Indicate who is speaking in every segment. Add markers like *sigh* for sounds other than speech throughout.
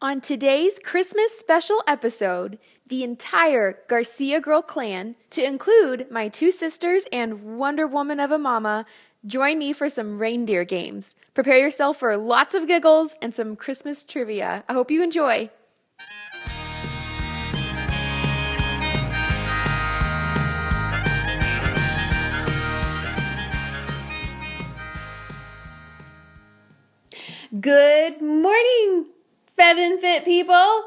Speaker 1: On today's Christmas special episode, the entire Garcia Girl clan, to include my two sisters and Wonder Woman of a mama, join me for some reindeer games. Prepare yourself for lots of giggles and some Christmas trivia. I hope you enjoy. Good morning, fed and fit people.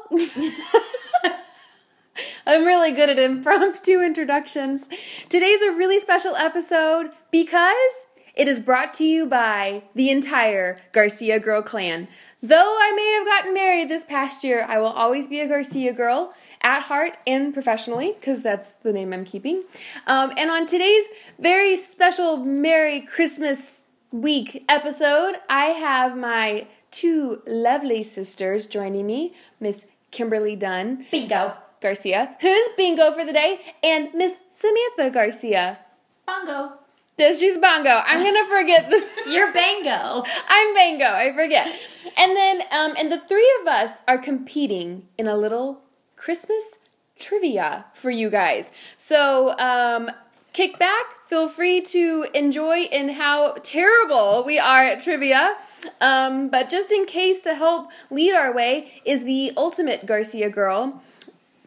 Speaker 1: I'm really good at impromptu *laughs* introductions. Today's a really special episode because it is brought to you by the entire Garcia Girl clan. Though I may have gotten married this past year, I will always be a Garcia girl at heart and professionally, because that's the name I'm keeping. Um, and on today's very special Merry Christmas week episode, I have my two lovely sisters joining me, Miss Kimberly Dunn
Speaker 2: Bingo.
Speaker 1: Garcia, who's bingo for the day, and Miss Samantha Garcia.
Speaker 2: Bongo.
Speaker 1: There- She's bongo. I'm gonna forget *laughs* this.
Speaker 2: You're bango.
Speaker 1: I'm bango. I forget. And then, um, and the three of us are competing in a little Christmas trivia for you guys. So, um, kick back. Feel free to enjoy in how terrible we are at trivia. Um, but just in case to help lead our way is the ultimate Garcia girl.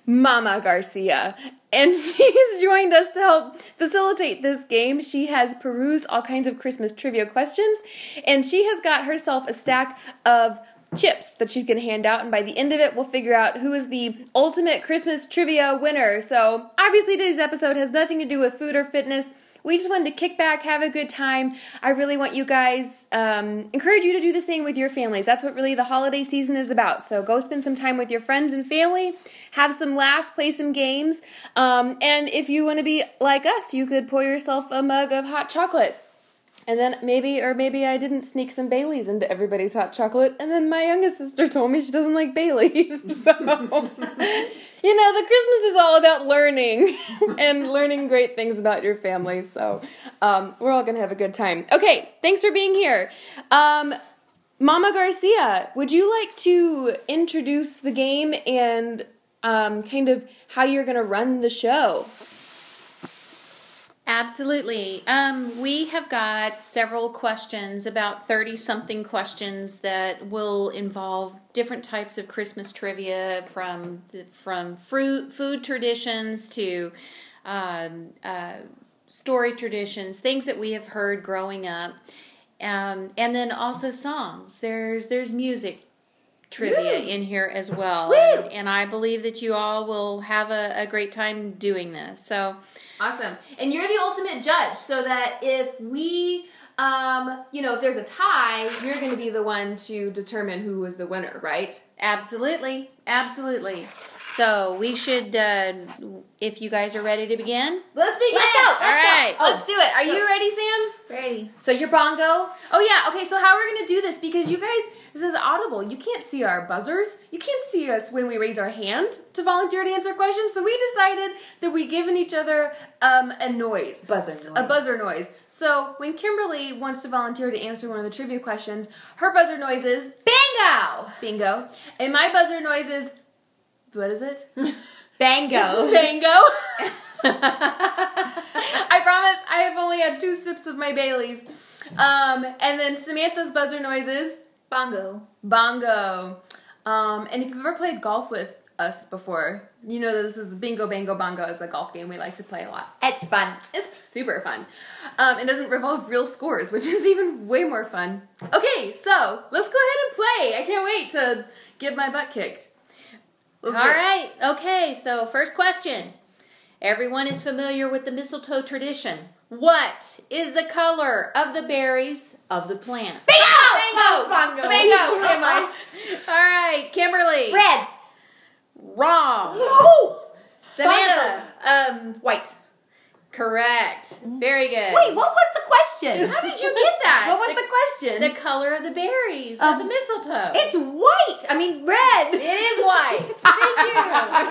Speaker 1: Mama Garcia. And *laughs* she's joined us to help facilitate this game. She has perused all kinds of Christmas trivia questions, and she has got herself a stack of chips that she's going to hand out. And by the end of it, we'll figure out who is the ultimate Christmas trivia winner. So, obviously, today's episode has nothing to do with food or fitness. We just wanted to kick back, have a good time. I really want you guys, um, encourage you to do the same with your families. That's what really the holiday season is about. So go spend some time with your friends and family, have some laughs, play some games. Um, and if you want to be like us, you could pour yourself a mug of hot chocolate. And then maybe, or maybe I didn't sneak some Baileys into everybody's hot chocolate. And then my youngest sister told me she doesn't like Baileys. *laughs* So, you know, the Christmas is all about learning *laughs* and learning great things about your family. So, um, we're all going to have a good time. Okay, thanks for being here. Um, Mama Garcia, would you like to introduce the game and um, kind of how you're going to run the show?
Speaker 2: Absolutely. Um, we have got several questions, about 30 something questions that will involve different types of Christmas trivia from from fruit, food traditions to um, uh, story traditions, things that we have heard growing up. Um, and then also songs. There's there's music trivia in here as well. And, and I believe that you all will have a, a great time doing this. So
Speaker 3: Awesome. And you're the ultimate judge, so that if we, um, you know, if there's a tie, you're going to be the one to determine who was the winner, right?
Speaker 2: Absolutely, absolutely. So we should, uh, if you guys are ready to begin.
Speaker 3: Let's begin.
Speaker 4: Let's go.
Speaker 2: All right.
Speaker 3: Let's do it. Are you ready, Sam?
Speaker 4: Ready. So your bongo.
Speaker 3: Oh yeah. Okay. So how we're gonna do this? Because you guys, this is audible. You can't see our buzzers. You can't see us when we raise our hand to volunteer to answer questions. So we decided that we given each other um, a noise,
Speaker 4: Buzzer
Speaker 3: a
Speaker 4: noise.
Speaker 3: buzzer noise. So when Kimberly wants to volunteer to answer one of the trivia questions, her buzzer noise is
Speaker 4: Bingo.
Speaker 3: Bingo. And my buzzer noise is what is it?
Speaker 2: Oh.
Speaker 4: Bango.
Speaker 3: Bango. I promise I have only had two sips of my Bailey's. Um, and then Samantha's buzzer noise is
Speaker 4: bongo.
Speaker 3: bongo. Um, and if you've ever played golf with us before, you know that this is bingo, bango, bongo. It's a golf game we like to play a lot.
Speaker 4: It's fun.
Speaker 3: It's super fun. Um, it doesn't revolve real scores, which is *laughs* even way more fun. Okay, so let's go ahead and play. I can't wait to get my butt kicked. Let's
Speaker 2: All
Speaker 3: do it.
Speaker 2: right. Okay. So first question. Everyone is familiar with the mistletoe tradition. What is the color of the berries of the plant?
Speaker 4: Bongo. Bongo.
Speaker 2: Bingo.
Speaker 4: Am I
Speaker 2: All right, Kimberly.
Speaker 4: red?
Speaker 2: Wrong.
Speaker 4: Oh.
Speaker 2: Samantha.
Speaker 4: Um. White.
Speaker 2: Correct. Very good.
Speaker 4: Wait. What was the question?
Speaker 3: How did you get that?
Speaker 4: What was the question?
Speaker 2: The color of the berries of
Speaker 4: Um,
Speaker 2: the mistletoe.
Speaker 4: it's white. I mean red.
Speaker 2: It is
Speaker 4: *laughs*
Speaker 2: white.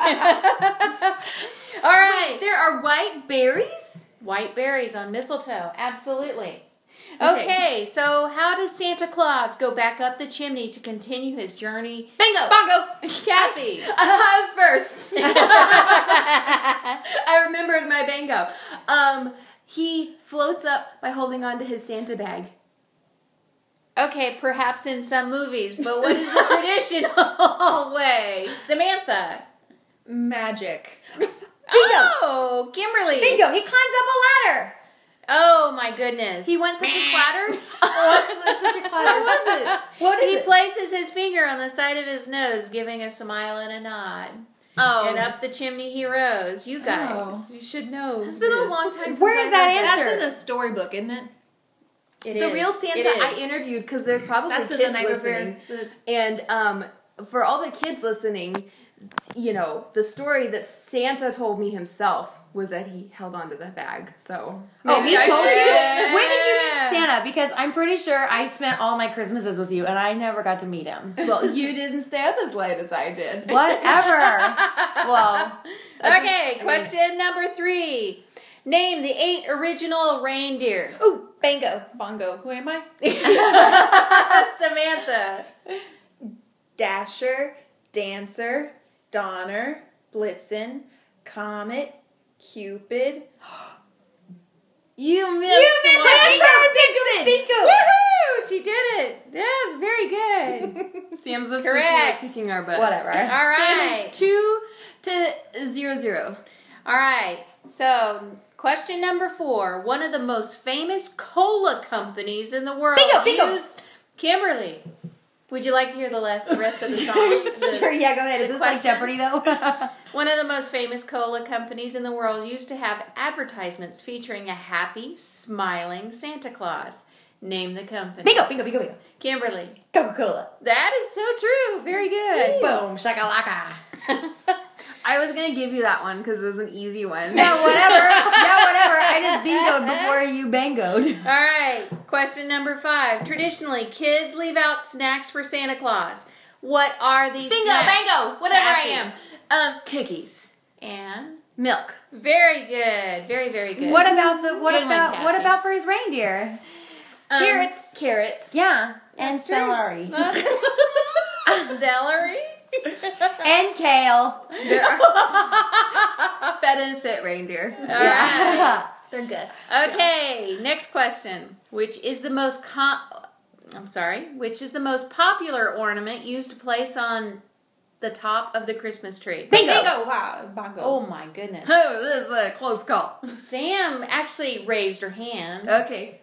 Speaker 2: Thank you. *laughs* All right.
Speaker 3: There are white berries?
Speaker 2: White berries on mistletoe. Absolutely. Okay, so how does Santa Claus go back up the chimney to continue his journey?
Speaker 1: Bingo. *laughs*
Speaker 4: Bongo.
Speaker 2: Cassie.
Speaker 1: I was Uh, first. *laughs* I remembered my bingo. Um, he floats up by holding on to his Santa *laughs* bag.
Speaker 2: Okay, perhaps in some movies, but what is the traditional *laughs* way? Samantha.
Speaker 5: Magic.
Speaker 1: *laughs*
Speaker 2: Oh, Kimberly.
Speaker 4: Bingo. He climbs up a ladder.
Speaker 2: Oh my goodness.
Speaker 1: He went such a
Speaker 2: *laughs*
Speaker 1: clatter. *laughs*
Speaker 5: Oh, that's, that's such a clatter.
Speaker 2: What was it?
Speaker 5: What
Speaker 2: he
Speaker 5: is it?
Speaker 2: places his finger on the side of his nose, giving a smile and a nod.
Speaker 1: Oh,
Speaker 2: And up the chimney he rose. You guys, you should know.
Speaker 1: it's been a long time. Since
Speaker 4: Where is
Speaker 1: I
Speaker 4: that
Speaker 1: read
Speaker 4: answer?
Speaker 5: That's in a storybook, isn't it?
Speaker 2: It
Speaker 1: The
Speaker 2: is.
Speaker 1: real
Speaker 2: It
Speaker 1: Santa
Speaker 2: is.
Speaker 1: I interviewed because there's probably
Speaker 5: That's in
Speaker 1: kids
Speaker 5: the night
Speaker 1: listening.
Speaker 5: before. The,
Speaker 1: And um, for all the kids listening, you know the story that Santa told me himself was that he held onto the bag. So
Speaker 4: Oh, he
Speaker 1: I
Speaker 4: told
Speaker 1: should-
Speaker 4: you? When did you meet Santa? Because I'm pretty sure I spent all my Christmases with you and I never got to meet him.
Speaker 1: Well, you *laughs* didn't stay up as late as I *laughs* did.
Speaker 4: *laughs* Whatever. well,
Speaker 2: Okay, question number three. Name the eight original reindeer.
Speaker 5: ooh, bango. Bongo. Who am I?
Speaker 2: *laughs* Samantha.
Speaker 5: Dasher, Dancer, Donner, Blitzen, Comet, Cupid.
Speaker 1: You missed.
Speaker 5: Bingo! Bingo!
Speaker 2: Woohoo! She did it. Yes, very
Speaker 1: *laughs*
Speaker 2: good.
Speaker 1: Sam's the
Speaker 2: Correct.
Speaker 1: first one picking our butts.
Speaker 5: Whatever.
Speaker 2: All
Speaker 1: Sam
Speaker 2: right.
Speaker 1: is two to zero zero.
Speaker 2: All right. So, question number four. One of the most famous cola companies in the world.
Speaker 4: Bingo, bingo.
Speaker 2: used- Kimberly, would you like to hear the last the rest of
Speaker 1: *laughs*
Speaker 2: the song?
Speaker 4: sure, yeah, go ahead. Is
Speaker 2: The
Speaker 4: this like
Speaker 2: question.
Speaker 4: Jeopardy though? *laughs*
Speaker 2: One of the most famous cola companies in the world used to have advertisements featuring a happy, smiling Santa Claus. Name the company.
Speaker 4: bingo, bingo, bingo, bingo.
Speaker 2: Kimberly.
Speaker 4: Coca Cola.
Speaker 2: That is so true. Very good.
Speaker 4: Boom,
Speaker 1: *laughs*
Speaker 4: shakalaka.
Speaker 1: I was gonna give you that one because it was an easy one.
Speaker 4: Yeah, whatever. yeah, whatever. I just bingoed before you bangoed.
Speaker 2: All right. Question number five. Traditionally, kids leave out snacks for Santa Claus. What are these
Speaker 1: Bingo,
Speaker 2: snacks?
Speaker 1: bango, whatever
Speaker 2: Cassie.
Speaker 1: I am. Um, cookies,
Speaker 2: And
Speaker 1: milk.
Speaker 2: very good. Very, very good.
Speaker 4: What about the what
Speaker 2: Good one,
Speaker 4: about what
Speaker 2: Cassie.
Speaker 4: about for his reindeer?
Speaker 1: Um,
Speaker 5: Carrots.
Speaker 1: Carrots.
Speaker 4: Yeah. And
Speaker 2: true.
Speaker 4: celery.
Speaker 5: Celery?
Speaker 4: and kale.
Speaker 1: *laughs* Fed and fit reindeer. *laughs*
Speaker 4: Yeah.
Speaker 5: They're Gus.
Speaker 2: *laughs*
Speaker 4: *laughs*
Speaker 2: Okay, next question. Which is the most com- I'm sorry, which is the most popular ornament used to place on the top of the Christmas tree?
Speaker 4: Bingo.
Speaker 5: Bingo. Wow. Bongo.
Speaker 2: Oh my goodness. *laughs*
Speaker 1: Oh, this is a close call.
Speaker 2: Sam actually raised her hand.
Speaker 1: Okay.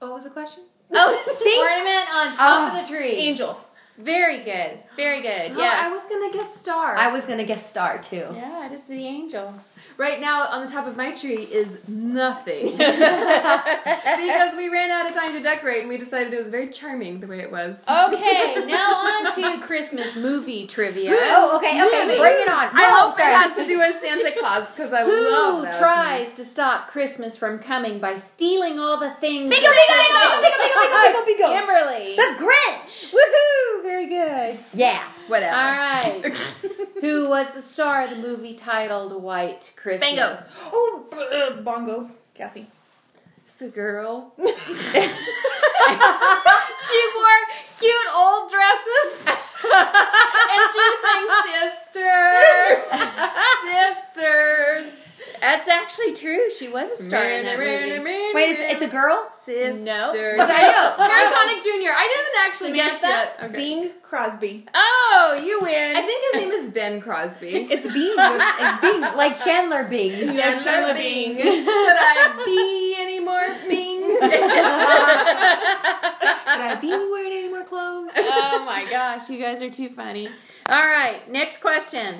Speaker 5: Uh, What was the question? Uh,
Speaker 2: Oh, *laughs*
Speaker 4: see?
Speaker 2: ornament on top
Speaker 4: Oh,
Speaker 2: of the tree.
Speaker 5: Angel.
Speaker 2: Very good. Very good.
Speaker 1: Oh, I was
Speaker 2: *laughs* yes.
Speaker 1: gonna guess star.
Speaker 4: I was gonna guess star too.
Speaker 2: yeah, it is the angel.
Speaker 1: right now on the top of my tree is
Speaker 2: *laughs*
Speaker 1: nothing *laughs* because we ran out of time to decorate and we decided it was very charming the way it was.
Speaker 2: Oh, Okay,
Speaker 1: *laughs*
Speaker 2: now on to Christmas movie trivia.
Speaker 4: Oh, okay, okay,
Speaker 1: Movies.
Speaker 4: bring it on.
Speaker 1: I
Speaker 4: Whoa,
Speaker 1: hope
Speaker 4: sorry.
Speaker 1: that has to do with Santa Claus because I love
Speaker 2: Who
Speaker 1: those.
Speaker 2: tries to stop Christmas from coming by stealing all the things?
Speaker 4: Bingo,
Speaker 2: that
Speaker 4: bingo,
Speaker 2: Christmas-
Speaker 4: bingo, bingo, bingo, bingo,
Speaker 2: *laughs* Kimberly.
Speaker 4: bingo, bingo. The Grinch.
Speaker 2: Woohoo! Very good.
Speaker 4: Yeah.
Speaker 1: Whatever.
Speaker 2: All
Speaker 1: *laughs*
Speaker 2: right. Who was the star of the movie titled White Christmas? *laughs*
Speaker 1: Bingo. *laughs*
Speaker 5: Oh, br- uh, bongo. Cassie.
Speaker 1: The girl. she wore cute old dresses. and she was saying, *laughs* Sisters! *laughs* Sisters!
Speaker 2: *laughs* That's actually true. She was a star in that movie.
Speaker 4: Wait, it's, it's a girl?
Speaker 1: Sisters.
Speaker 2: *laughs* No.
Speaker 4: Because I know.
Speaker 1: Oh, Mary Connick Jr. I haven't actually guessed that.
Speaker 5: Yet. Bing Crosby.
Speaker 2: Oh, you win.
Speaker 1: I think his name is Ben Crosby.
Speaker 5: It's Bing.
Speaker 4: It's Bing, like Chandler Bing. *laughs*
Speaker 5: Yeah, Chandler
Speaker 1: Bing.
Speaker 5: Bing.
Speaker 1: Could I be any
Speaker 2: *laughs*
Speaker 1: more Bing?
Speaker 5: Could I be wearing any more clothes?
Speaker 2: oh my gosh, you guys are too funny. All right, next question.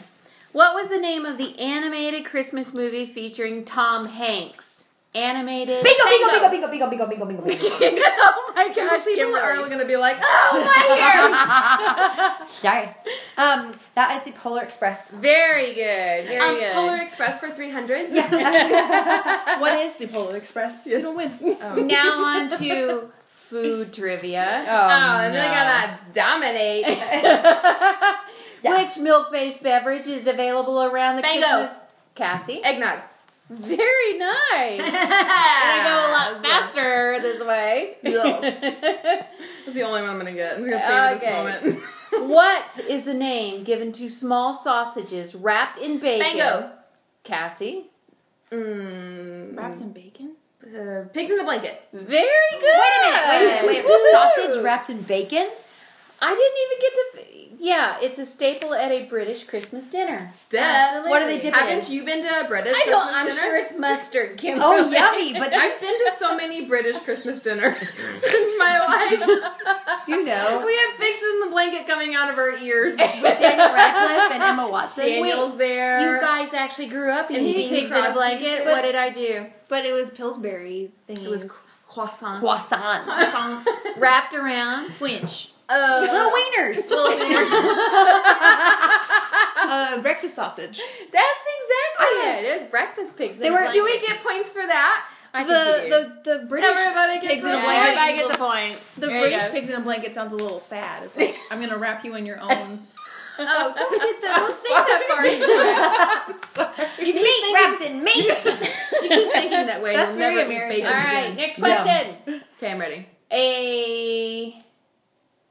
Speaker 2: What was the name of the animated Christmas movie featuring Tom Hanks? Animated.
Speaker 4: Bingo, bingo, bingo, bingo, bingo, bingo, bingo, bingo, bingo.
Speaker 2: *laughs* oh my gosh,
Speaker 1: People are all
Speaker 2: *laughs* Kimberly.
Speaker 1: going to be like, oh my.
Speaker 4: *laughs* Sorry. Um, that is the Polar *laughs* Express.
Speaker 2: Very good. Very
Speaker 1: Um,
Speaker 2: good.
Speaker 1: Polar Express for 300. *laughs*
Speaker 5: What is the Polar Express? You don't win.
Speaker 2: *laughs*
Speaker 1: Oh,
Speaker 2: now on to food trivia.
Speaker 1: Oh, and they're gonna dominate.
Speaker 4: Yeah.
Speaker 2: *laughs* Which milk-based beverage is available around the
Speaker 1: Mango. *laughs*
Speaker 2: Christmas? Cassie.
Speaker 1: Eggnog.
Speaker 2: Very
Speaker 1: *laughs*
Speaker 2: nice. I go a lot faster this way.
Speaker 1: *laughs* That's the only one I'm gonna get. I'm gonna save
Speaker 2: Okay.
Speaker 1: it this moment.
Speaker 2: *laughs* what is the name given to small sausages wrapped in bacon?
Speaker 1: Mango.
Speaker 2: Cassie.
Speaker 1: Mm,
Speaker 5: Wrap some bacon.
Speaker 1: uh, pigs in the blanket.
Speaker 2: Very good.
Speaker 4: Wait a minute, wait a minute, wait. Sausage wrapped in bacon?
Speaker 2: I didn't even get to. Yeah, it's a staple at a British Christmas dinner.
Speaker 1: Duh.
Speaker 4: What do they dip it in?
Speaker 1: Haven't you been to a British?
Speaker 2: I don't.
Speaker 1: Christmas
Speaker 2: I'm
Speaker 1: dinner?
Speaker 2: sure it's mustard, Kimberly.
Speaker 4: Oh, yummy, but
Speaker 1: I've been to so many British Christmas dinners *laughs* in my life.
Speaker 4: you know.
Speaker 1: We have pigs in the blanket coming out of our
Speaker 2: *laughs*
Speaker 1: ears.
Speaker 4: With Daniel Radcliffe and Emma Watson.
Speaker 1: Daniel's there.
Speaker 2: You guys actually grew up
Speaker 1: And
Speaker 2: eating
Speaker 1: he
Speaker 2: pigs in a
Speaker 1: crossed-
Speaker 2: blanket.
Speaker 5: but-
Speaker 2: What did I do?
Speaker 5: But it was Pillsbury thing.
Speaker 1: it was
Speaker 2: *laughs*
Speaker 1: croissants.
Speaker 4: Croissants.
Speaker 5: croissants.
Speaker 2: Wrapped around.
Speaker 5: Flinch.
Speaker 2: Oh.
Speaker 4: Little wieners.
Speaker 2: *laughs*
Speaker 5: Uh, breakfast sausage.
Speaker 2: That's exactly it. It's breakfast pigs.
Speaker 4: They
Speaker 2: in a
Speaker 4: were-
Speaker 2: blanket.
Speaker 1: Do we get points for that?
Speaker 2: I think we do.
Speaker 5: The, the the British
Speaker 1: Everybody gets
Speaker 5: pigs in a
Speaker 1: it.
Speaker 5: blanket.
Speaker 1: Everybody
Speaker 5: sounds
Speaker 1: gets
Speaker 5: a little- The
Speaker 2: There you
Speaker 5: British
Speaker 2: go.
Speaker 5: pigs in a blanket sounds a little sad. It's like I'm gonna wrap you in your own.
Speaker 1: Oh, don't get that. Don't think that far
Speaker 2: *laughs*
Speaker 1: into it. You keep,
Speaker 4: Meat
Speaker 1: thinking,
Speaker 4: wrapped in *laughs* meat.
Speaker 1: you keep thinking that way.
Speaker 5: That's
Speaker 1: You'll
Speaker 5: very
Speaker 1: never eat
Speaker 5: American.
Speaker 1: bacon
Speaker 2: All right.
Speaker 1: again.
Speaker 2: Next
Speaker 4: Yeah.
Speaker 2: question.
Speaker 1: Okay, I'm ready.
Speaker 2: A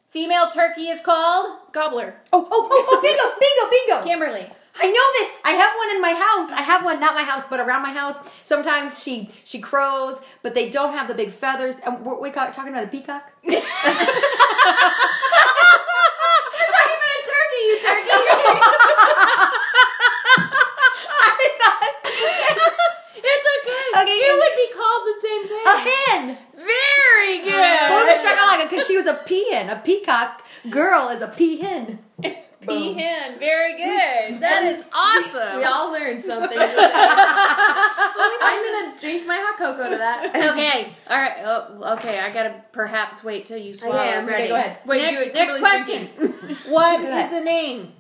Speaker 2: female turkey is called
Speaker 5: Gobbler.
Speaker 4: Oh, oh, oh, oh, bingo, bingo, bingo.
Speaker 2: Kimberly.
Speaker 4: I know this. I have one in my house. I have one, not my house, but around my house. Sometimes she she crows, but they don't have the big feathers. And we're, we're talking about a *laughs* peacock.
Speaker 1: Talking about a turkey, you
Speaker 4: *laughs*
Speaker 1: turkey.
Speaker 2: It's okay.
Speaker 4: Okay,
Speaker 2: It
Speaker 4: and-
Speaker 2: would be called the same thing.
Speaker 4: A hen.
Speaker 2: Very
Speaker 1: Oh,
Speaker 4: Boom
Speaker 2: good.
Speaker 4: shakalaka, because she was a peahen. A peacock girl is a peahen. *laughs*
Speaker 2: Peahen. Very
Speaker 1: *laughs*
Speaker 2: good. That is awesome.
Speaker 1: we all learned something. I'm gonna drink my hot cocoa to that.
Speaker 2: *laughs* okay. All right. Oh, okay. I gotta perhaps wait till you swallow.
Speaker 4: I'm ready. Go ahead.
Speaker 2: Wait,
Speaker 1: Wait,
Speaker 2: next,
Speaker 1: do it.
Speaker 2: next
Speaker 1: Kimberly's
Speaker 2: question. What
Speaker 4: Go
Speaker 2: is
Speaker 4: ahead.
Speaker 2: the name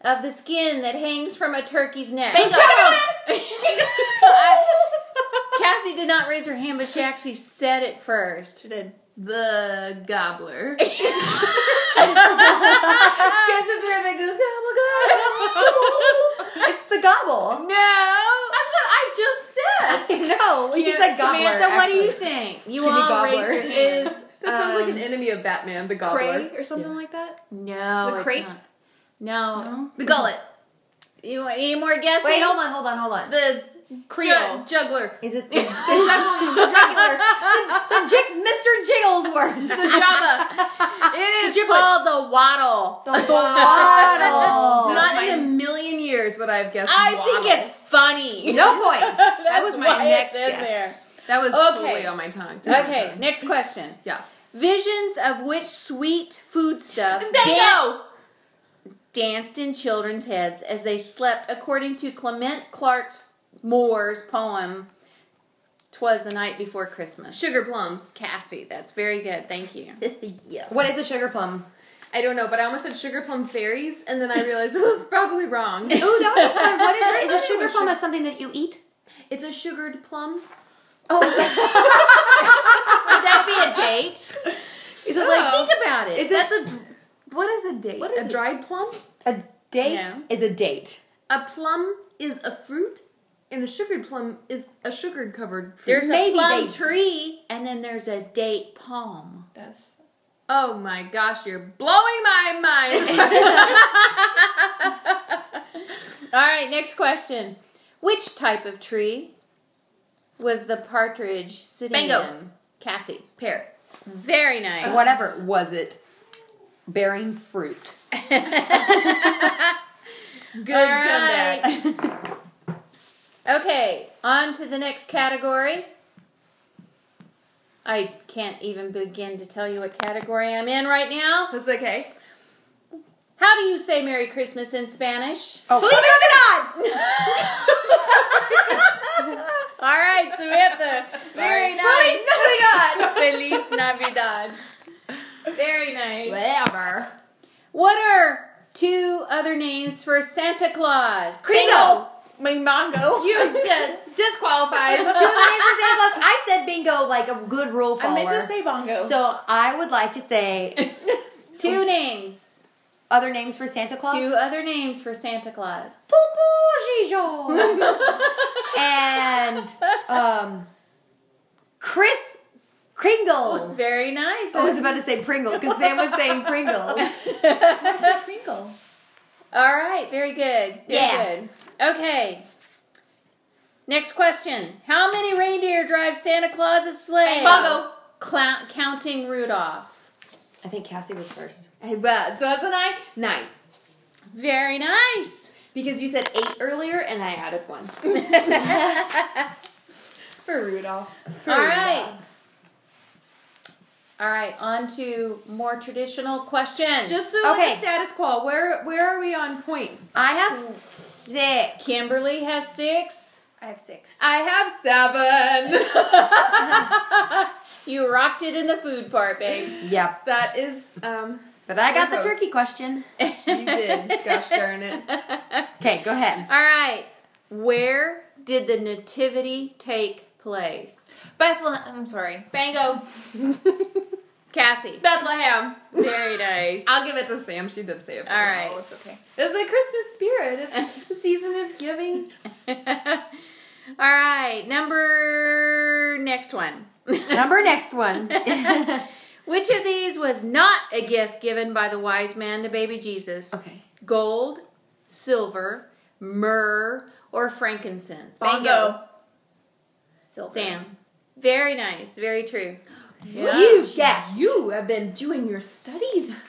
Speaker 2: of the skin that hangs from a turkey's neck? Cassie did not raise her hand, but she actually said it first.
Speaker 1: The *laughs* gobbler. Because it's where they go gobble gobble. *laughs*
Speaker 4: It's the gobble.
Speaker 2: No.
Speaker 1: That's what I just said.
Speaker 4: No, you said gobbler.
Speaker 2: Samantha, what do
Speaker 4: actually.
Speaker 2: you think? You
Speaker 4: Give me
Speaker 2: all
Speaker 4: gobbler.
Speaker 2: raised your hand.
Speaker 5: Is
Speaker 4: *laughs*
Speaker 1: That sounds like an enemy of Batman, the gobbler.
Speaker 5: cray or something like that?
Speaker 2: No,
Speaker 5: The
Speaker 2: it's
Speaker 5: crepe?
Speaker 2: not. No.
Speaker 1: The gullet.
Speaker 2: You want any more guesses?
Speaker 4: Wait, hold on, hold on, hold on.
Speaker 1: The ju-
Speaker 5: Creole.
Speaker 1: juggler.
Speaker 4: is it the, the, juggle, the jugular? The, the jig, Mr. Jigglesworth.
Speaker 1: The java.
Speaker 2: *laughs* it is called the waddle.
Speaker 4: The waddle.
Speaker 1: Not in a million years would I have guessed.
Speaker 2: I
Speaker 1: waddle.
Speaker 2: think it's funny.
Speaker 4: *laughs* No points.
Speaker 5: That was my
Speaker 2: why
Speaker 5: next
Speaker 2: it's in
Speaker 5: guess.
Speaker 1: that was
Speaker 2: Okay.
Speaker 1: totally on my tongue.
Speaker 2: there. Okay, next question.
Speaker 1: Yeah.
Speaker 2: Visions of which sweet foodstuff dan-
Speaker 1: Bingo.
Speaker 2: danced in children's heads as they slept, according to Clement Clark Moore's poem, Twas the Night Before Christmas.
Speaker 1: Sugar plums.
Speaker 2: Cassie, that's very good. Thank you.
Speaker 4: *laughs* What is a sugar plum?
Speaker 1: I don't know, but I almost said sugar plum fairies, and then I realized *laughs* this was probably wrong.
Speaker 4: Ooh, that would be
Speaker 2: *laughs*
Speaker 4: fun. What is it? Is a sugar plum is something that you eat?
Speaker 1: It's a sugared plum.
Speaker 2: Oh, Would that be a date?
Speaker 4: Is it *laughs* like
Speaker 2: Think about it.
Speaker 4: is it
Speaker 1: That's a. dr- What is a date? Oh. What is a dried plum?
Speaker 4: a date?
Speaker 2: No.
Speaker 4: Is a date.
Speaker 1: A plum is a fruit, and a sugared plum is a sugared covered fruit.
Speaker 2: There's a
Speaker 4: Maybe
Speaker 2: plum
Speaker 4: they-
Speaker 2: tree, and then there's a date palm.
Speaker 5: That's
Speaker 1: oh my gosh, you're blowing my mind. *laughs*
Speaker 2: All right, next question. Which type of tree was the partridge sitting
Speaker 1: Mango.
Speaker 2: in? Cassie.
Speaker 1: Pear.
Speaker 2: Very nice. *laughs*
Speaker 4: Whatever was it, bearing fruit.
Speaker 1: Good
Speaker 2: All
Speaker 1: comeback. *laughs*
Speaker 2: right. okay, on to the next category. I can't even begin to tell you what category I'm in right now.
Speaker 1: That's okay.
Speaker 2: How do you say Merry Christmas in Spanish?
Speaker 4: Oh,
Speaker 1: Please move it on.
Speaker 2: All right, Samantha. Very nice. *laughs* Feliz Navidad. Very nice.
Speaker 1: Whatever.
Speaker 2: What are two other names for Santa Claus?
Speaker 4: Bingo.
Speaker 5: my mango.
Speaker 1: *laughs* You di- *laughs* disqualified.
Speaker 4: Two of the names for Santa Claus. I said bingo like a good rule follower.
Speaker 5: I meant to say bongo.
Speaker 4: so I would like to say
Speaker 2: Two names.
Speaker 4: other names for Santa Claus?
Speaker 2: Two other names for Santa Claus.
Speaker 4: Poupou Gijo. and um, Chris Kringle.
Speaker 2: Very nice.
Speaker 4: I was about to say Pringle because Sam was saying Pringle.
Speaker 2: *laughs*
Speaker 5: Pringle.
Speaker 2: All right, very good. Very
Speaker 4: Yeah.
Speaker 2: good. Okay. Next question. How many reindeer drive Santa Claus's sleigh?
Speaker 5: Bungo.
Speaker 2: Clou- counting Rudolph.
Speaker 4: I think Cassie was first.
Speaker 1: I was. So wasn't I? Nine.
Speaker 2: Very nice.
Speaker 1: Because you said eight earlier and I added
Speaker 2: *laughs*
Speaker 1: one. For Rudolph.
Speaker 2: All right. All right, on to more traditional questions.
Speaker 1: Just so
Speaker 4: Okay.
Speaker 1: like a status quo, where where are we on points?
Speaker 4: I have six.
Speaker 2: Kimberly has six.
Speaker 5: I have six.
Speaker 1: I have seven.
Speaker 2: You rocked it in the food part, babe.
Speaker 4: Yep.
Speaker 1: that is um
Speaker 4: But I got the
Speaker 1: Gross.
Speaker 4: turkey question.
Speaker 1: you did. *laughs* Gosh darn it.
Speaker 4: Okay, go ahead.
Speaker 2: All right. Where did the nativity take place?
Speaker 5: Bethlehem. I'm sorry.
Speaker 2: Bango. Cassie.
Speaker 1: Bethlehem.
Speaker 2: Very nice.
Speaker 1: I'll give it to Sam. She did say it.
Speaker 2: All right.
Speaker 5: Oh, it's okay.
Speaker 1: It's the Christmas spirit. It's the season of giving.
Speaker 2: *laughs* All right. Number next one.
Speaker 4: Number next one.
Speaker 2: *laughs* Which of these was not a gift given by the wise man to baby Jesus?
Speaker 4: okay.
Speaker 2: Gold, silver, myrrh, or frankincense?
Speaker 5: Bingo.
Speaker 2: Silver. Sam. Very nice. Very true.
Speaker 4: You guessed.
Speaker 1: You have been doing your studies.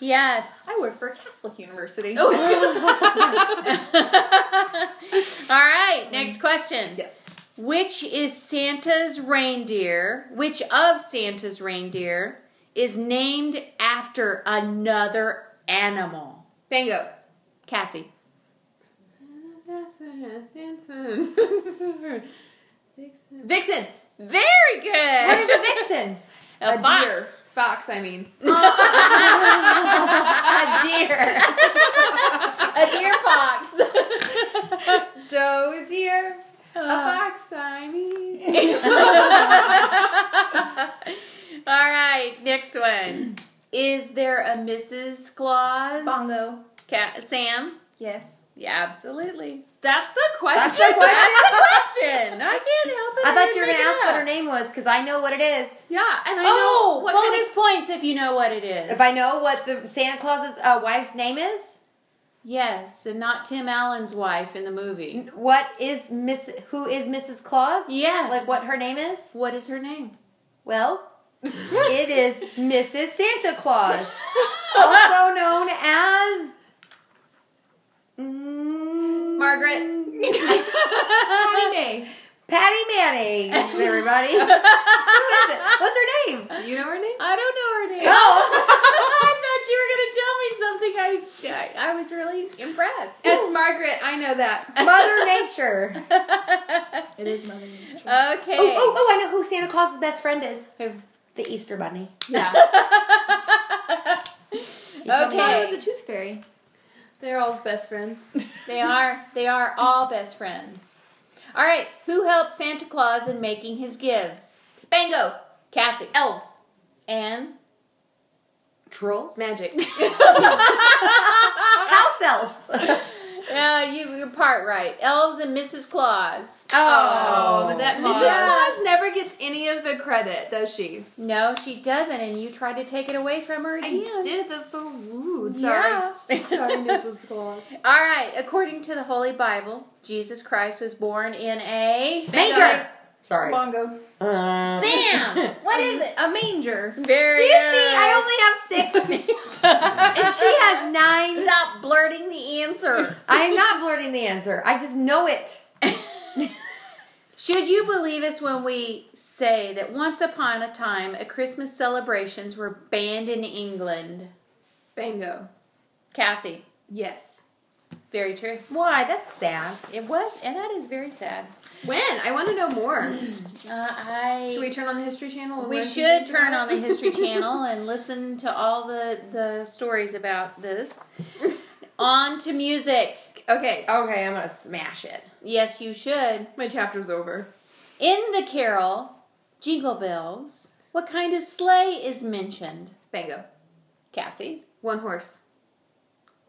Speaker 2: Yes.
Speaker 5: I work for a Catholic university.
Speaker 2: *laughs* All right. Next question.
Speaker 1: Yes.
Speaker 2: Which is Santa's reindeer? Which of Santa's reindeer is named after another animal?
Speaker 1: Bango.
Speaker 2: Cassie.
Speaker 1: Vixen.
Speaker 2: Very
Speaker 4: What
Speaker 2: good.
Speaker 4: is a vixen?
Speaker 2: A,
Speaker 1: Deer.
Speaker 2: fox.
Speaker 1: Fox, I mean.
Speaker 4: A deer.
Speaker 2: A deer fox.
Speaker 1: Doe deer. A fox, I mean.
Speaker 2: All right, next one. Is there a Mrs. Claus?
Speaker 5: Bongo.
Speaker 2: Ca- Sam?
Speaker 5: Yes.
Speaker 2: Yeah, absolutely.
Speaker 1: That's the
Speaker 4: That's
Speaker 1: question.
Speaker 4: the question.
Speaker 2: That's the question. I can't help it.
Speaker 4: I thought you were
Speaker 2: didn't make
Speaker 4: gonna
Speaker 2: it
Speaker 4: ask
Speaker 2: up.
Speaker 4: what her name was because I know what it is.
Speaker 1: Yeah, and I know
Speaker 2: Oh,
Speaker 1: what kind
Speaker 2: bonus points if you know what it is.
Speaker 4: If I know what the Santa Claus's uh, wife's name is,
Speaker 2: Yes, and not Tim Allen's wife in the movie.
Speaker 4: what is Miss? Who is Mrs. Claus?
Speaker 2: Yes.
Speaker 4: Like what her name is?
Speaker 2: What is her name?
Speaker 4: Well,
Speaker 1: *laughs*
Speaker 4: it is Mrs. Santa Claus, also known as. Mm,
Speaker 1: of Margaret.
Speaker 2: *laughs*
Speaker 5: Honey
Speaker 4: Patty Mayonnaise,
Speaker 1: *laughs*
Speaker 4: everybody. Who is it? What's her name?
Speaker 1: Do you know her name?
Speaker 2: I don't know her name.
Speaker 4: Oh,
Speaker 2: I thought you were going to tell me something. I, I, I was really impressed.
Speaker 1: It's Margaret. I know that.
Speaker 4: Oh, Mother Nature.
Speaker 1: *laughs*
Speaker 5: It is Mother Nature.
Speaker 2: Okay.
Speaker 4: Oh, oh, oh, I know who Santa Claus's best friend is.
Speaker 2: Who?
Speaker 4: The Easter Bunny.
Speaker 1: Yeah.
Speaker 5: I
Speaker 2: Okay.
Speaker 5: was a tooth fairy.
Speaker 1: They're all best friends.
Speaker 2: They are. They are all best friends. All right. Who helped Santa Claus in making his gifts?
Speaker 1: Bango.
Speaker 2: Cassie.
Speaker 1: Elves.
Speaker 2: And
Speaker 4: Trolls?
Speaker 1: Magic.
Speaker 4: House elves.
Speaker 2: uh, you, you're part right. Elves and Mrs. Claus.
Speaker 4: Oh,
Speaker 5: was that
Speaker 1: Mrs.
Speaker 5: Claus?
Speaker 1: Claus never gets any of the credit, does she?
Speaker 2: No, she doesn't, and you tried to take it away from her again.
Speaker 1: I did. That's so rude. Sorry. *laughs*
Speaker 2: Yeah.
Speaker 1: Sorry, Mrs. Claus.
Speaker 2: All right. According to the Holy Bible, Jesus Christ was born in a
Speaker 4: manger. Sorry.
Speaker 5: Bongo.
Speaker 4: Uh,
Speaker 2: Sam.
Speaker 5: What is it? A manger.
Speaker 2: *laughs* Very.
Speaker 4: Do you see? I only
Speaker 1: *laughs*
Speaker 4: have six, and
Speaker 2: *laughs*
Speaker 4: she has nine.
Speaker 2: Stop blurting the answer.
Speaker 4: *laughs* I am not blurting the answer. I just know it.
Speaker 2: Should you believe us when we say that once upon a time, a Christmas celebrations were banned in England?
Speaker 1: Bango.
Speaker 2: Cassie,
Speaker 1: Yes.
Speaker 2: very true.
Speaker 4: Why? That's sad.
Speaker 2: It was, and that is very sad.
Speaker 1: When? I want to know more.
Speaker 2: Uh, I
Speaker 1: Should we turn on the History Channel? and
Speaker 2: we
Speaker 1: learn
Speaker 2: should
Speaker 1: something
Speaker 2: turn
Speaker 1: about
Speaker 2: on
Speaker 1: it? *laughs*
Speaker 2: the History Channel and listen to all the the stories about this. on to music.
Speaker 1: Okay,
Speaker 4: Okay, I'm gonna smash it.
Speaker 2: Yes, you should.
Speaker 1: my chapter's over.
Speaker 2: In the carol, Jingle Bells, what kind of sleigh is mentioned?
Speaker 1: Bango.
Speaker 2: Cassie, *laughs*
Speaker 1: One horse.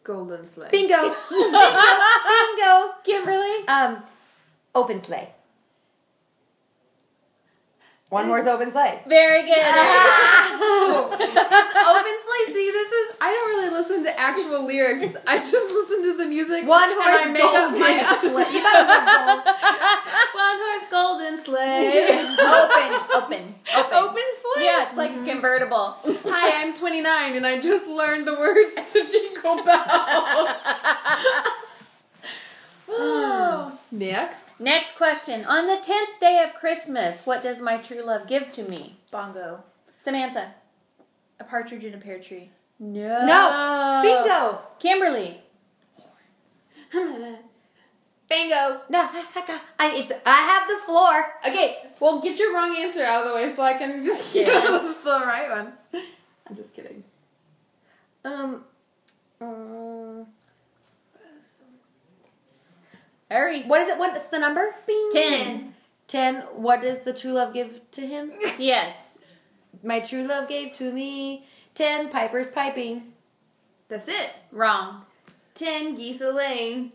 Speaker 1: Golden sleigh.
Speaker 4: *laughs* Bingo. Bingo.
Speaker 2: Kimberly.
Speaker 4: Um, open sleigh. One word's open sleigh.
Speaker 2: Very good.
Speaker 1: *laughs* Open sleigh. See, this is. I don't really listen to
Speaker 2: *laughs*
Speaker 1: actual lyrics. I just listen to the music.
Speaker 4: One
Speaker 1: and
Speaker 4: horse
Speaker 1: I make up my
Speaker 4: *laughs* sleigh. You gotta
Speaker 1: One horse golden sleigh.
Speaker 2: *laughs* Open.
Speaker 1: *laughs* Open sleigh. Mm-hmm.
Speaker 2: Yeah, it's like a convertible.
Speaker 1: Hi, I'm 29, and I just learned the words
Speaker 2: *laughs*
Speaker 1: to Jingle Bells. oh. Next.
Speaker 2: Next question. On the 10th day of Christmas, what does my true love give to me?
Speaker 5: Bongo.
Speaker 2: Samantha.
Speaker 5: A partridge in a pear tree.
Speaker 2: No.
Speaker 1: Oh.
Speaker 4: No. Bingo.
Speaker 2: Kimberly.
Speaker 1: Bingo.
Speaker 4: No, I, it's I have the floor.
Speaker 1: Okay, well, get your wrong answer out of the way so I can just get *laughs* the right one. I'm just kidding.
Speaker 4: Um,
Speaker 1: mm,
Speaker 4: um,
Speaker 2: Hurry.
Speaker 4: what is it? What's the number? Bing.
Speaker 2: 10.
Speaker 4: Ten. What does the true love give to him?
Speaker 2: Yes.
Speaker 4: My true love gave to me ten pipers piping.
Speaker 1: That's it.
Speaker 2: Wrong.
Speaker 1: Ten geese a laying,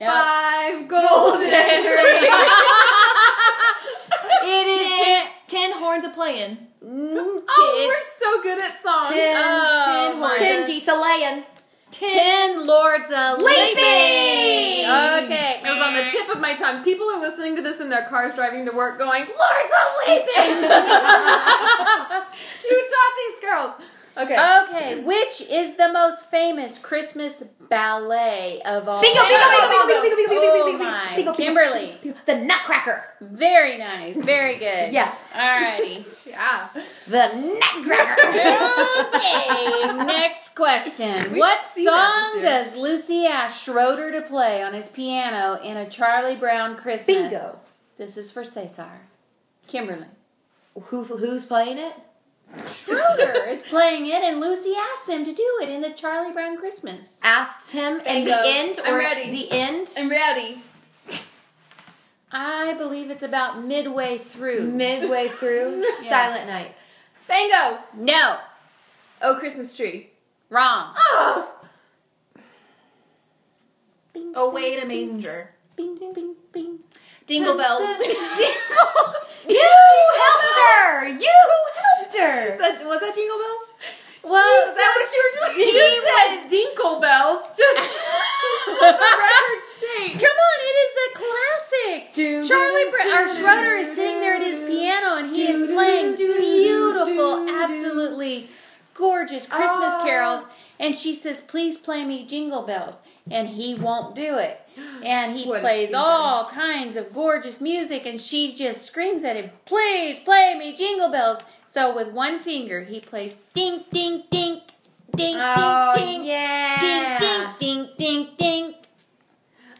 Speaker 2: Nope.
Speaker 1: five
Speaker 4: *laughs*
Speaker 1: golden
Speaker 4: Mm,
Speaker 2: It is
Speaker 5: Ten, ten horns a playing.
Speaker 2: Mm,
Speaker 1: Oh,
Speaker 2: t-
Speaker 1: we're so good at songs.
Speaker 4: Ten.
Speaker 2: Oh,
Speaker 5: ten
Speaker 2: my.
Speaker 5: horses.
Speaker 4: ten geese a laying.
Speaker 2: it's ten lords of leaping. Okay.
Speaker 1: It was on the *laughs* tip of my tongue. People are listening to this in their cars driving to work going, Lords of Leaping! you taught these girls. Okay.
Speaker 2: Uh, Okay, which is the most famous Christmas ballet of all?
Speaker 4: Bingo, bingo, bingo, bingo, bingo, bingo, bingo, bingo,
Speaker 2: Oh
Speaker 4: bingo,
Speaker 2: my.
Speaker 4: bingo, bingo,
Speaker 2: Kimberly.
Speaker 4: bingo. The Nutcracker.
Speaker 2: Very nice. Very good.
Speaker 4: Yeah.
Speaker 2: Alrighty.
Speaker 5: Yeah.
Speaker 4: The
Speaker 2: *laughs*
Speaker 4: Nutcracker.
Speaker 2: Okay. Next question.
Speaker 1: We
Speaker 2: what
Speaker 1: should see that
Speaker 2: song
Speaker 1: this year.
Speaker 2: does Lucy ask Schroeder to play on his piano in a Charlie Brown Christmas?
Speaker 4: Bingo.
Speaker 2: This is for Cesar. Kimberly.
Speaker 4: Who who's playing it?
Speaker 2: Schroeder *laughs* is playing it, and Lucy asks him to do it in the Charlie Brown Christmas.
Speaker 4: Asks him in the
Speaker 1: Bingo.
Speaker 4: end
Speaker 1: I'm
Speaker 4: or
Speaker 1: ready.
Speaker 4: the end.
Speaker 1: I'm ready.
Speaker 2: I believe it's about midway through. *laughs*
Speaker 4: Midway through Silent Night.
Speaker 1: Bango!
Speaker 2: no.
Speaker 1: Oh, Christmas tree.
Speaker 2: Wrong.
Speaker 1: Oh!
Speaker 5: Away in a manger.
Speaker 2: Bing, bing, bing.
Speaker 5: Dingle
Speaker 2: *laughs*
Speaker 5: bells.
Speaker 4: You helped her. You helped her.
Speaker 5: that, was that Jingle Bells?
Speaker 2: Well,
Speaker 5: Is that what you were
Speaker 1: *laughs*
Speaker 5: just?
Speaker 1: He said Dinkle Bells, just the record state.
Speaker 2: Come on, it is the classic. Charlie Brown, or Schroeder is sitting there at his piano and he is playing beautiful, absolutely gorgeous Christmas carols. And she says, Please play me Jingle Bells. And he won't do it. And he
Speaker 1: What a
Speaker 2: plays
Speaker 1: stinker.
Speaker 2: all kinds of gorgeous music and she just screams at him, Please play me Jingle Bells. So with one finger, he plays ding, ding, ding, ding,
Speaker 4: Oh
Speaker 2: ding, ding.
Speaker 4: yeah.
Speaker 2: Ding, ding, ding, ding, ding.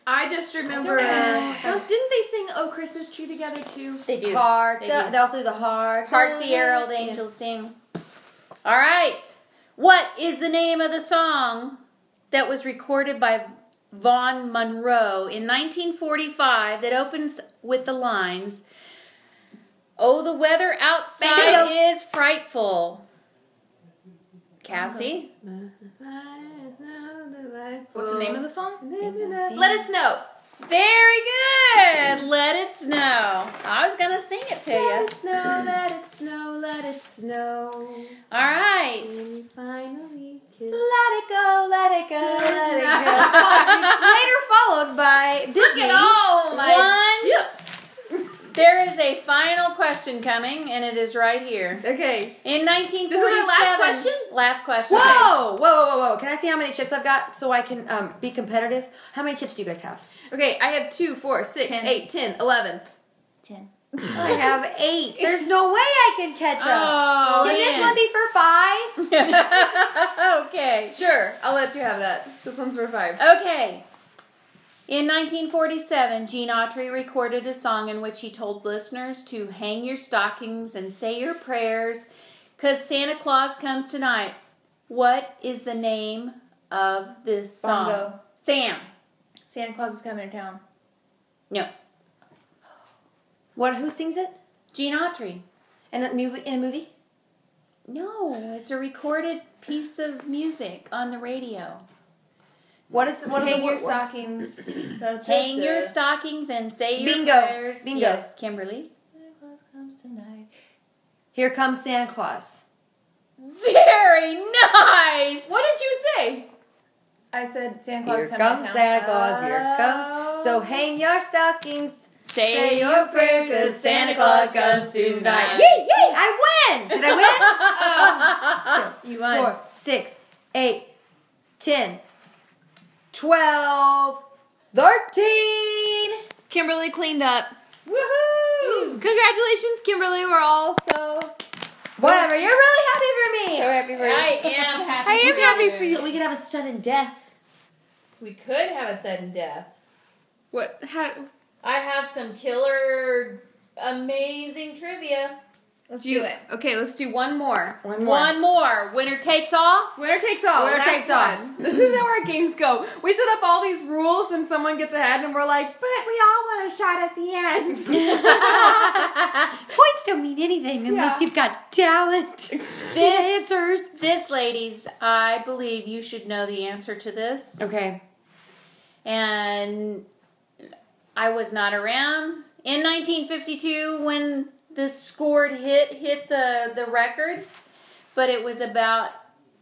Speaker 1: I just remember. Oh, didn't they sing Oh Christmas Tree together too?
Speaker 2: They do.
Speaker 4: Hark.
Speaker 2: They
Speaker 4: They,
Speaker 2: do.
Speaker 4: they also do the hark.
Speaker 2: Hark the Herald Angels Sing. All right. What is the name of the song that was recorded by Vaughn Monroe in 1945 that opens with the lines Oh, the weather outside
Speaker 4: Bingo.
Speaker 2: is frightful? Cassie?
Speaker 1: What's the name of
Speaker 5: the song?
Speaker 1: the Let us know.
Speaker 2: Very good. Let it snow. I was going to sing it to you.
Speaker 1: Let it snow, let it snow, let it snow.
Speaker 2: All right.
Speaker 1: We finally kiss.
Speaker 4: Let it go. Let it go. Let
Speaker 2: *laughs*
Speaker 4: it go. Later followed by Disney.
Speaker 2: Look at all my
Speaker 1: One. Chips.
Speaker 2: There is a final question coming, and it is right here.
Speaker 1: Okay.
Speaker 2: In 1947.
Speaker 1: This is our last question?
Speaker 2: Last question.
Speaker 4: Whoa! Whoa! Whoa! Whoa! Whoa! Can I see how many chips I've got so I can um, be competitive? How many chips do you guys have?
Speaker 1: Okay, I have two, four, six,
Speaker 5: Ten.
Speaker 1: eight, ten, eleven.
Speaker 5: Ten.
Speaker 4: I have eight. There's no way I can catch up.
Speaker 2: Oh,
Speaker 4: can this one
Speaker 2: man.
Speaker 4: be for five?
Speaker 2: okay.
Speaker 1: Sure, I'll let you have that. This one's for five.
Speaker 2: *laughs* Okay. In 1947, Gene Autry recorded a song in which he told listeners to hang your stockings and say your prayers because Santa Claus comes tonight. What is the name of this song?
Speaker 5: Bongo.
Speaker 2: Sam.
Speaker 5: Santa Claus is coming to town.
Speaker 2: No.
Speaker 4: What? Who sings it?
Speaker 2: Gene Autry.
Speaker 4: In a movie? In a movie?
Speaker 2: No, it's a recorded piece of music on the radio.
Speaker 4: What is what
Speaker 5: Hang
Speaker 4: are
Speaker 5: your
Speaker 4: the what,
Speaker 5: *clears throat* stockings. the
Speaker 2: Hang your
Speaker 5: tufter.
Speaker 2: stockings and say your
Speaker 4: Bingo.
Speaker 2: prayers.
Speaker 4: Bingo.
Speaker 2: Yes, Kimberly.
Speaker 5: Santa Claus comes tonight.
Speaker 4: Here comes Santa Claus.
Speaker 2: Very nice.
Speaker 6: What did you say?
Speaker 5: I said Santa Claus
Speaker 4: Here
Speaker 5: come
Speaker 4: comes
Speaker 5: to
Speaker 4: Santa
Speaker 5: town.
Speaker 4: Claus. Here comes. So hang your stockings.
Speaker 2: Say,
Speaker 4: Say your prayers, cause Santa Claus comes tonight. Yay, yay! I win. Did I win?
Speaker 5: You won.
Speaker 4: Four, six, eight, ten, twelve, thirteen.
Speaker 1: Kimberly cleaned up. Mm,
Speaker 4: Woohoo!
Speaker 1: Congratulations, Kimberly. We're all so
Speaker 4: Whatever. You're really happy for me.
Speaker 1: happy for you.
Speaker 2: I am happy.
Speaker 1: I am happy for you.
Speaker 4: So we could have a sudden death.
Speaker 5: We could have a sudden death.
Speaker 1: What? How,
Speaker 5: I have some killer, amazing trivia. Let's
Speaker 1: do you, okay, let's do one more.
Speaker 4: One
Speaker 2: One more. Winner takes all.
Speaker 1: Winner takes all.
Speaker 4: Winner
Speaker 1: Last
Speaker 4: takes all.
Speaker 1: one.
Speaker 6: *laughs* This is how our games go. We set up all these rules, and someone gets ahead, and we're like, "But we all want a shot at the end."
Speaker 4: Points don't mean anything unless you've got talent. *laughs*
Speaker 2: This, this, ladies, I believe you should know the answer to this.
Speaker 4: Okay.
Speaker 2: And I was not around in 1952 when the scored hit hit the the records, but it was about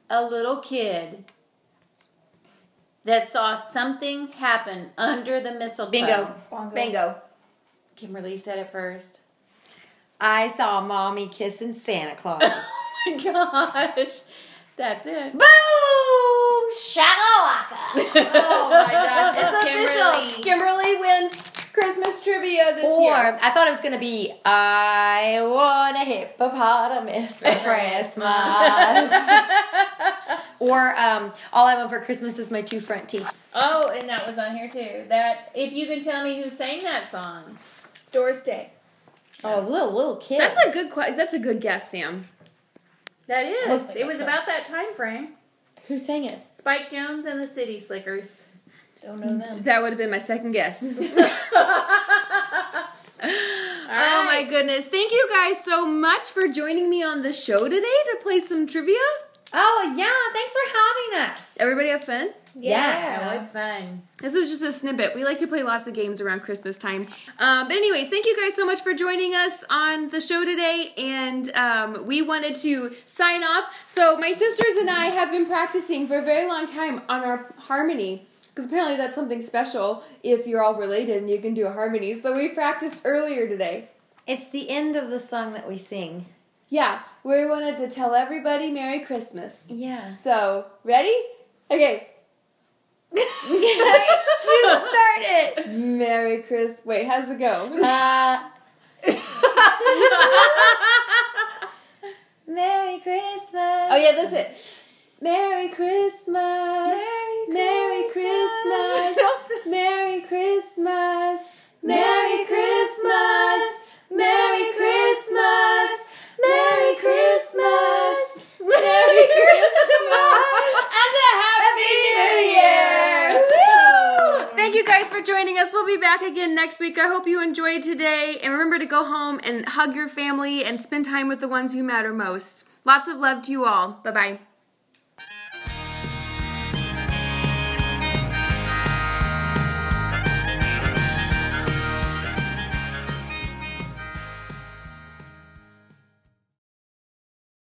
Speaker 2: a little kid that saw something happen under the mistletoe.
Speaker 4: Bingo.
Speaker 5: Bongo.
Speaker 4: Bingo.
Speaker 2: Kimberly said it first. *laughs*
Speaker 4: I saw mommy kissing Santa Claus.
Speaker 2: Oh my gosh. That's it.
Speaker 4: Boom! Shakalaka.
Speaker 1: *laughs*
Speaker 4: Oh my gosh, it's
Speaker 6: Official. Kimberly wins Christmas trivia this
Speaker 4: Or
Speaker 6: year.
Speaker 4: I thought it was gonna be I want a hippopotamus for Christmas. or um, all I want for Christmas is my two front teeth.
Speaker 2: Oh, and that was on here too. That if you can tell me who sang that song.
Speaker 5: Doris Day.
Speaker 4: Oh, little little kid.
Speaker 1: That's a good que- that's a good guess, Sam.
Speaker 2: That is.
Speaker 4: Most-
Speaker 2: it was about that time frame.
Speaker 4: Who sang it?
Speaker 2: Spike Jones and the City Slickers. *laughs*
Speaker 5: Don't know them.
Speaker 1: That would have been my second guess.
Speaker 6: *laughs*
Speaker 1: Oh my goodness. Thank you guys so much for joining me on the show today to play some trivia.
Speaker 4: Oh yeah, thanks for having us.
Speaker 1: Everybody have fun?
Speaker 4: Yeah.
Speaker 2: That was fun.
Speaker 1: This is just a snippet. We like to play lots of games around Christmas time. Um, but, anyways, thank you guys so much for joining us on the show today. And um, we wanted to sign off. So, my sisters and I have been practicing for a very long time on our harmony. Because apparently that's something special if you're all related and you can do a harmony. So, we practiced earlier today.
Speaker 4: It's the end of the song that we sing.
Speaker 1: Yeah, we wanted to tell everybody Merry Christmas.
Speaker 4: Yeah.
Speaker 1: So, ready? Okay.
Speaker 4: *laughs* you start it.
Speaker 1: Merry Christmas. Wait, how's it go?
Speaker 4: Uh, Merry
Speaker 1: *laughs*
Speaker 4: Christmas.
Speaker 1: Oh yeah, that's it. Merry Christmas. Merry *laughs* Christmas. Merry Christmas. Merry Christmas. Merry Christmas. Merry Christmas. Merry Christmas. And a happy new year. Thank you guys for joining us. We'll be back again next week. I hope you enjoyed today. And remember to go home and hug your family and spend time with the ones who matter most. Lots of love to you all. Bye bye.